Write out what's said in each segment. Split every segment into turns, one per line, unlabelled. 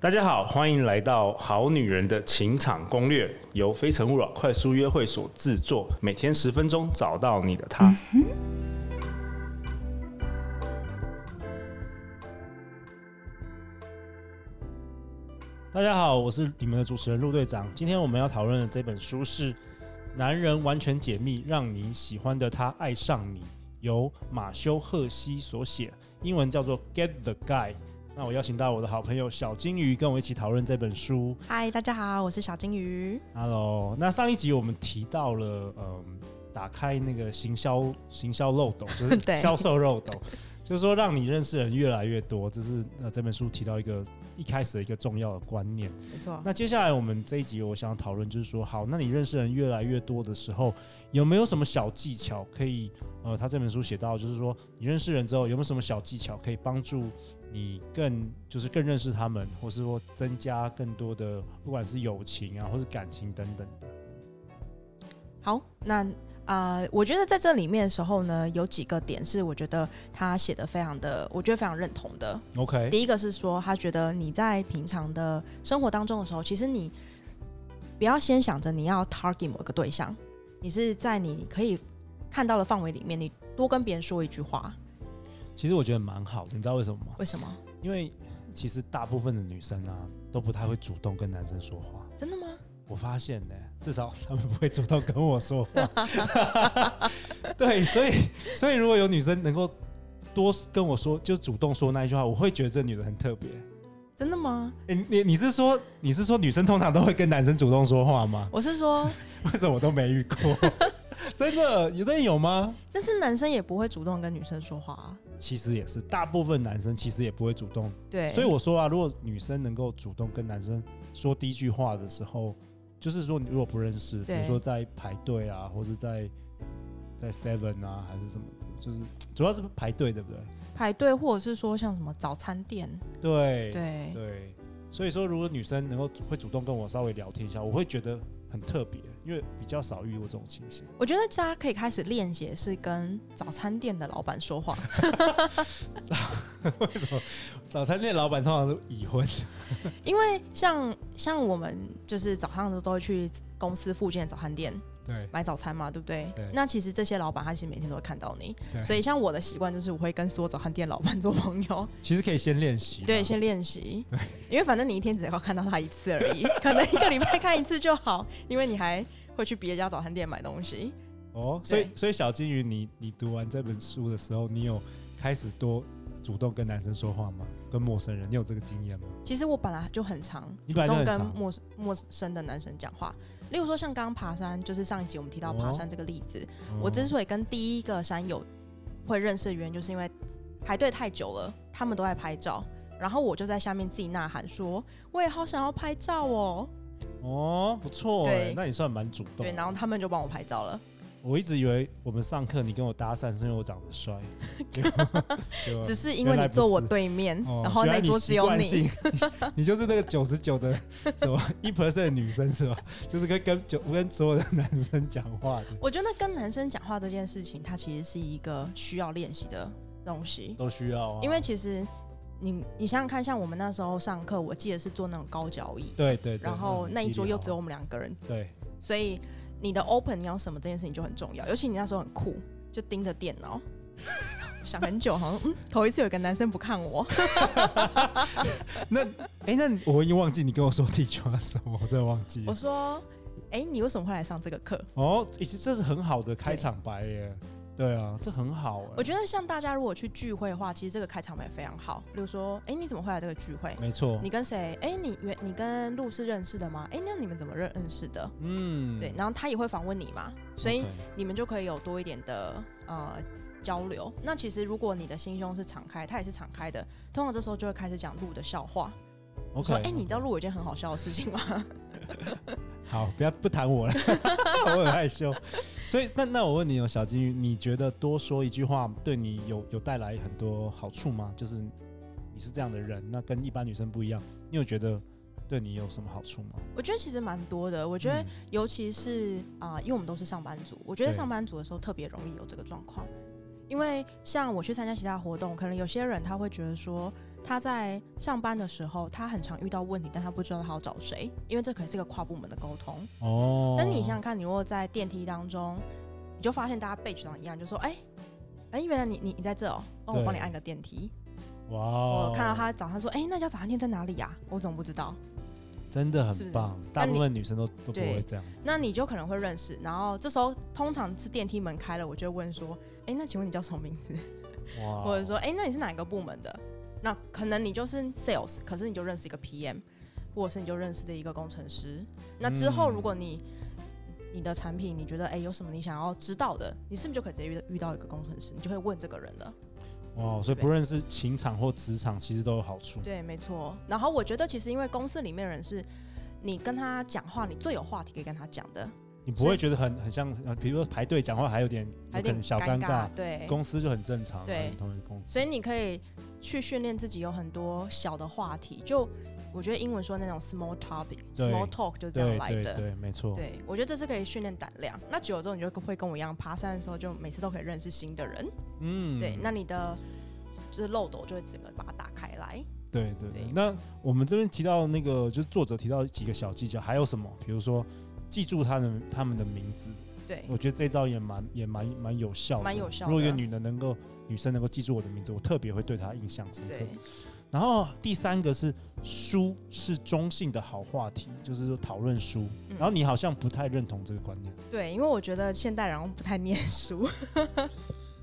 大家好，欢迎来到《好女人的情场攻略》，由非诚勿扰快速约会所制作，每天十分钟，找到你的他。大家好，我是你们的主持人陆队长。今天我们要讨论的这本书是《男人完全解密：让你喜欢的他爱上你》，由马修·赫西所写，英文叫做《Get the Guy》。那我邀请到我的好朋友小金鱼跟我一起讨论这本书。
嗨，大家好，我是小金鱼。
Hello，那上一集我们提到了，嗯，打开那个行销行销漏斗，就是
对
销售漏斗，就是说让你认识的人越来越多，这是呃这本书提到一个一开始的一个重要的观念。
没错，
那接下来我们这一集我想讨论就是说，好，那你认识人越来越多的时候，有没有什么小技巧可以？呃，他这本书写到，就是说你认识人之后，有没有什么小技巧可以帮助你更就是更认识他们，或是说增加更多的不管是友情啊，或是感情等等的？
好，那呃，我觉得在这里面的时候呢，有几个点是我觉得他写的非常的，我觉得非常认同的。
OK，
第一个是说，他觉得你在平常的生活当中的时候，其实你不要先想着你要 target 某一个对象，你是在你可以看到的范围里面，你多跟别人说一句话。
其实我觉得蛮好的，你知道为什么吗？
为什么？
因为其实大部分的女生啊都不太会主动跟男生说话。
真的吗？
我发现呢、至少他们不会主动跟我说话。对，所以所以如果有女生能够多跟我说，就主动说那一句话，我会觉得这女的很特别。
真的吗？
诶你你是说你是说女生通常都会跟男生主动说话吗？
我是说，
为什么我都没遇过？真的有真的有吗？
但是男生也不会主动跟女生说话、啊。
其实也是，大部分男生其实也不会主动。
对，
所以我说啊，如果女生能够主动跟男生说第一句话的时候，就是说你如果不认识，比
对
如说在排队啊，或者在在 Seven 啊，还是什么的，就是主要是排队，对不对？
排队，或者是说像什么早餐店，
对
对，
对所以说如果女生能够会主动跟我稍微聊天一下，我会觉得很特别，因为比较少遇过这种情形。
我觉得大家可以开始练习是跟早餐店的老板说话，
为什么早餐店老板通常都已婚？
因为像像我们就是早上都都会去公司附近的早餐店
对
买早餐嘛，对不对？
对
那其实这些老板他其实每天都会看到你，
对，
所以像我的习惯就是我会跟所有早餐店老板 做朋友，
其实可以先练习啦。
对，先练习，因为反正你一天只要看到他一次而已，可能一个礼拜看一次就好，因为你还会去别家早餐店买东西。
哦，所以
对
所以小金鱼你，你读完这本书的时候，你有开始多主动跟男生说话吗？跟陌生人，你有这个经验吗？
其实我本来就很常
你
主
本来就
动
很
跟
常
陌生陌生的男生讲话。例如说，像刚刚爬山，就是上一集我们提到爬山这个例子，嗯我之
是
所以跟第一个山友会认识的原因，就是因为排队太久了，他们都在拍照，然后我就在下面自己呐喊说：“我也好想要拍照哦。
哦，不错哎
对，
那你算蛮主”动
对，。然后他们就帮我拍照了，
我一直以为我们上课你跟我搭讪是因为我长得 帅，结果结果
只是因
原
为
来
你
不
坐我
是
对面，
哦
然后
原来
那桌只有
习惯
你。
性 你你就是那个九十九的什么 一 percent 的女生是吧？就是跟跟九跟所有的男生讲话的，
我觉得跟男生讲话这件事情，它其实是一个需要练习的东西。
都需要啊。
因为其实你你想想看，像我们那时候上课，我记得是坐那种高脚椅，
对对对，
然后
很
那一
激
桌
烈
又
啊
只有我们两个人，
对
所以你的 open 你要什么这件事情就很重要，尤其你那时候很酷，就盯着电脑。 想很久，好像嗯，头一次有个男生不看我，
那哎、那我已经忘记你跟我说第一句话是什么，我真的忘记
我
了。
说，哎、你为什么会来上这个课？
哦，其实这是很好的开场白耶。对啊，这很好哎。
我觉得像大家如果去聚会的话，其实这个开场白非常好，例如说，哎、你怎么会来这个聚会？
没错
你。跟谁？哎、你原你跟陆是认识的吗？哎、那你们怎么认认识的？
嗯
对，，然后他也会访问你嘛，所以
OK
你们就可以有多一点的呃交流。那其实如果你的心胸是敞开，他也是敞开的，通常这时候就会开始讲鹿的笑话，
OK，
说：“哎、你知道鹿有一件很好笑的事情吗
好，不要不谈我了， 我很害羞。所以那那我问你哦，小金鱼，你觉得多说一句话对你有有带来很多好处吗？就是你是这样的人，那跟一般女生不一样，你有觉得对你有什么好处吗？？”
我觉得其实蛮多的，我
我
觉得尤其是啊、因为我们都是上班族，我觉得
嗯对
上班族的时候特别容易有这个状况，因为像我去参加其他活动，可能有些人他会觉得说，他在上班的时候，他很常遇到问题，但他不知道他要找谁，因为这可能是一个跨部门的沟通。
哦，
但是你想想看，你如果在电梯当中，你就发现大家被局长一样，就说：“哎、哎、原来你你你在这哦、帮我
对
帮你按个电梯。
哇哦，
我看到他早上说：“哎、那家早餐店在哪里呀、我怎么不知道？
真的
是
很
不是
棒，
那
大
你
部分女生都都不
对
会这样子。
那你就可能会认识。然后这时候通常是电梯门开了，我就会问说：“哎、那请问你叫什么名字？
哇，
或者说，哎、那你是哪个部门的？那可能你就是 sales，可是你就认识一个 PM，或者是你就认识的一个工程师。那之后，
嗯
如果你、你的产品你觉得哎、诶有什么你想要知道的，你是不是就可以直接遇到遇到一个工程师，你就会问这个人了？
哇，所以
对
不论是情场或职场，其实都有好处。
对，没错。然后我觉得其实因为公司里面的人是。你跟他讲话，你最有话题可以跟他讲的，
你不会觉得很很像，呃比如说排队讲话还有点
还
有可
有点
能小尴
尬，对，
公司就很正常，
对
同一个公司。
所以你可以去训练自己有很多小的话题，就我觉得英文说那种 small topic、
对
small talk 就是这样
对
来
对
的。
对，没错。
对我觉得这是可以训练胆量。那久了之后，你就会跟我一样，爬山的时候就每次都可以认识新的人。
嗯，
对，那你的就是漏斗就会整个把它打开来。
对对对
对。
那我们这边提到那个，就是作者提到几个小技巧，还有什么？比如说记住他的他们的名字，
对，
我觉得这招也蛮也蛮蛮有效的，
蛮有效的
如果一个女的能够女生能够记住我的名字，我特别会对她印象深刻。
对，
然后第三个是书是中性的好话题，就是说讨论书。
嗯
然后你好像不太认同这个观念，
对，因为我觉得现代人好像不太念书。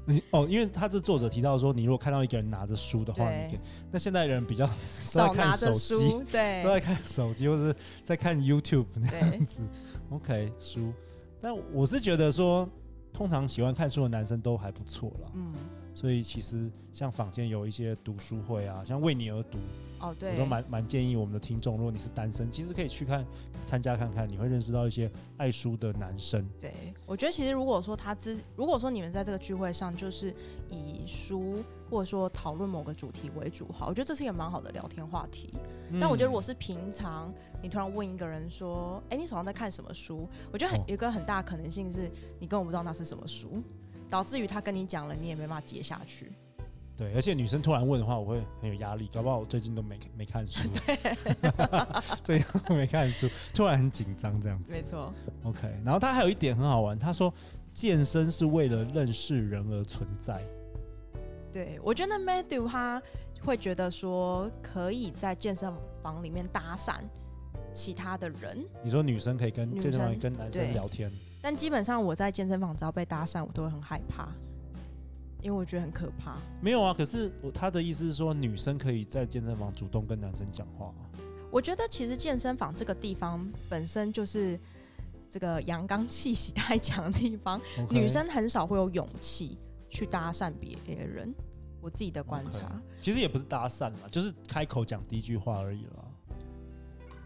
你哦，因为他这作者提到说，你如果看到一个人拿着书的话，
对
你可以那现代人比较 都在
少拿
看手
着
机，
书，
都在
对
看手机或是在看 YouTube 那
对
样子。OK，书。但我是觉得说，通常喜欢看书的男生都还不错啦。
嗯，
所以其实像坊间有一些读书会啊，像为你而读，
哦
我
对
都，蛮蛮建议我们的听众，如果你是单身，其实可以去看参加看看，你会认识到一些爱书的男生。
对，我觉得其实如果说他之，如果说你们在这个聚会上就是以书或者说讨论某个主题为主，好，我觉得这是一个蛮好的聊天话题。但我觉得如果
是
是平常，你突然问一个人说：“哎、你手上在看什么书？”我觉得很、
哦
有一个很大的可能性是你根本不知道那是什么书，导致于他跟你讲了，你也没办法接下去。
对，而且女生突然问的话，我会很有压力，搞不好我最近都没没看 书，最近都没看书，突然很紧张这样子。
没错，
OK，然后他还有一点很好玩，他说健身是为了认识人而存在。
对我觉得 Matthew 他会觉得说可以在健身房里面搭讪其他的人，
你说女生可以跟
女
健身房
生
跟男
对
生聊天，
但基本上我在健身房只要被搭讪，我都会很害怕，因为我觉得很可怕。
没有啊？可是我他的意思是说，女生可以在健身房主动跟男生讲话啊、
我觉得其实健身房这个地方本身就是这个阳刚气息太强的地方，
OK
女生很少会有勇气去搭讪别人。我自己的观察
OK 其实也不是搭讪啦，就是开口讲第一句话而已啦。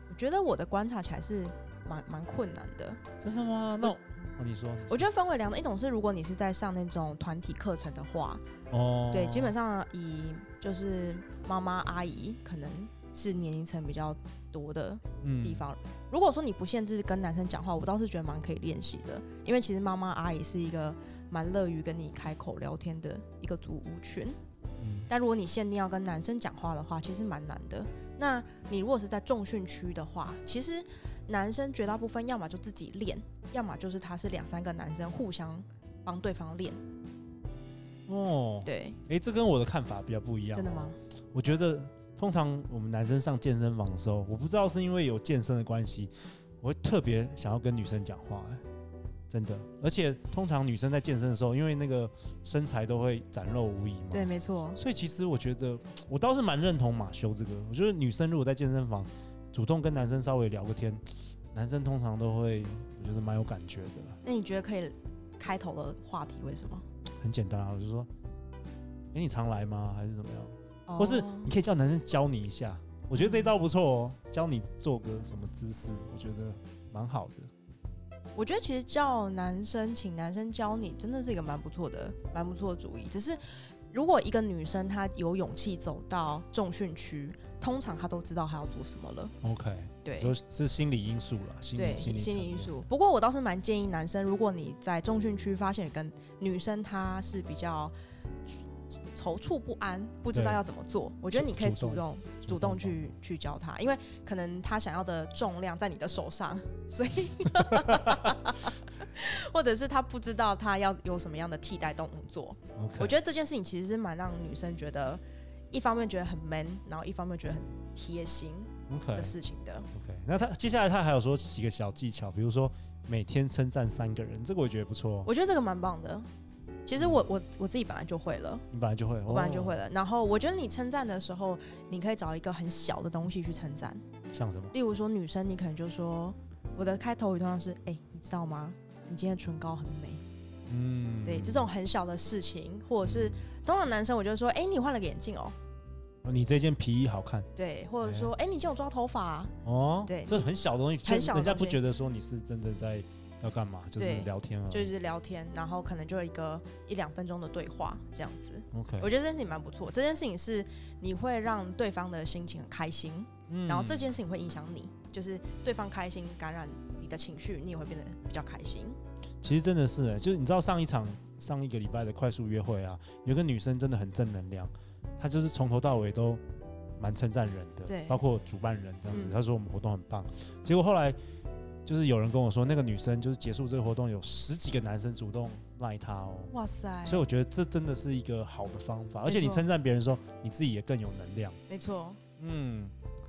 我觉得我的观察起来是蛮蛮困难的。
真的吗？那、哦你说，你说
我觉得分为两种，一种是如果你是在上那种团体课程的话，
哦，
对，基本上以就是妈妈阿姨可能是年龄层比较多的
嗯
地方。如果说你不限制跟男生讲话，我倒是觉得蛮可以练习的，因为其实妈妈阿姨是一个蛮乐于跟你开口聊天的一个族群。
嗯
但如果你限定要跟男生讲话的话，其实蛮难的。那你如果是在重训区的话，其实男生绝大部分要么就自己练，要么就是他是两三个男生互相帮对方练。
哦，
对，
哎、这跟我的看法比较不一样。哦
真的吗？？
我觉得通常我们男生上健身房的时候，我不知道是因为有健身的关系，我会特别想要跟女生讲话、哎真的。而且通常女生在健身的时候，因为那个身材都会展露无遗嘛，
对，没错。
所以其实我觉得，我倒是蛮认同马修这个。我觉得女生如果在健身房主动跟男生稍微聊个天，男生通常都会，我觉得蛮有感觉的。
那你觉得可以开头的话题为什么？
很简单啊，我就说，哎、你常来吗？还是怎么样？
哦
或是你可以叫男生教你一下，我觉得这招不错哦，教你做个什么姿势，我觉得蛮好的。
我觉得其实叫男生，请男生教你，真的是一个蛮不错的、蛮不错的主意。只是如果一个女生她有勇气走到重训区，通常她都知道她要做什么了。
OK，
对
就是心理因素啦，心
对，
理心理
心理
层
因
面。
素。不过我倒是蛮建议男生，如果你在重训区发现跟女生她是比较踌躇不安，不知道
对
要怎么做，我觉得
主
你可以
主
主动主动去去教他，因为可能他想要的重量在你的手上，所以或者是他不知道他要有什么样的替代动作。
帮。OK，
我觉得这件事情其实是蛮让女生觉得，一方面觉得很 man，然后一方面觉得很贴心
OK
的事情的。
OK。那他接下来他还有说几个小技巧，比如说每天称赞三个人，这个我觉得不错。哦
我觉得这个蛮棒的。其实我我我自己本来就会了，
你本来就会，
我本来
哦
就会了。然后我觉得你称赞的时候，你可以找一个很小的东西去称赞，
哦像什么？
例如说女生，你可能就说我的开头语通常是哎、你知道吗？你今天的唇膏很美。
嗯，
对，这种很小的事情，或者是通常男生我就说哎、你换了个眼镜哦。
哦你这件皮衣好看
对，或者说哎、你今天有抓头发啊、
哦。
对
这很小的东西，就
很小的
人家
东西
不觉得说你是真的在要干嘛，就是
对
聊天啊。
就是聊天，然后可能就一个一两分钟的对话这样子。
OK，
我觉得这件事情蛮不错，这件事情是你会让对方的心情很开心，
嗯
然后这件事情会影响你，就是对方开心感染你的情绪，你也会变得比较开心。
其实真的是、欸，就是你知道上一场上一个礼拜的快速约会啊，有个女生真的很正能量，她就是从头到尾都蛮称赞人的，
对
包括主办人这样子，
嗯
她说我们活动很棒。结果后来就是有人跟我说，那个女生就是结束这个活动，有十几个男生主动赖她哦。
哇塞，
所以我觉得这真的是一个好的方法，而且
哎
你
没错
称赞别人的时候，你自己也更有能量。
没错，
嗯，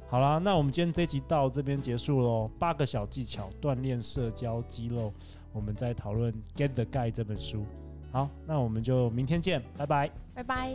好啦，那我们今天这集到这边结束喽。八个小技巧锻炼社交肌肉，我们在讨论《Get the Guy》这本书。好，那我们就明天见，拜拜。
拜拜。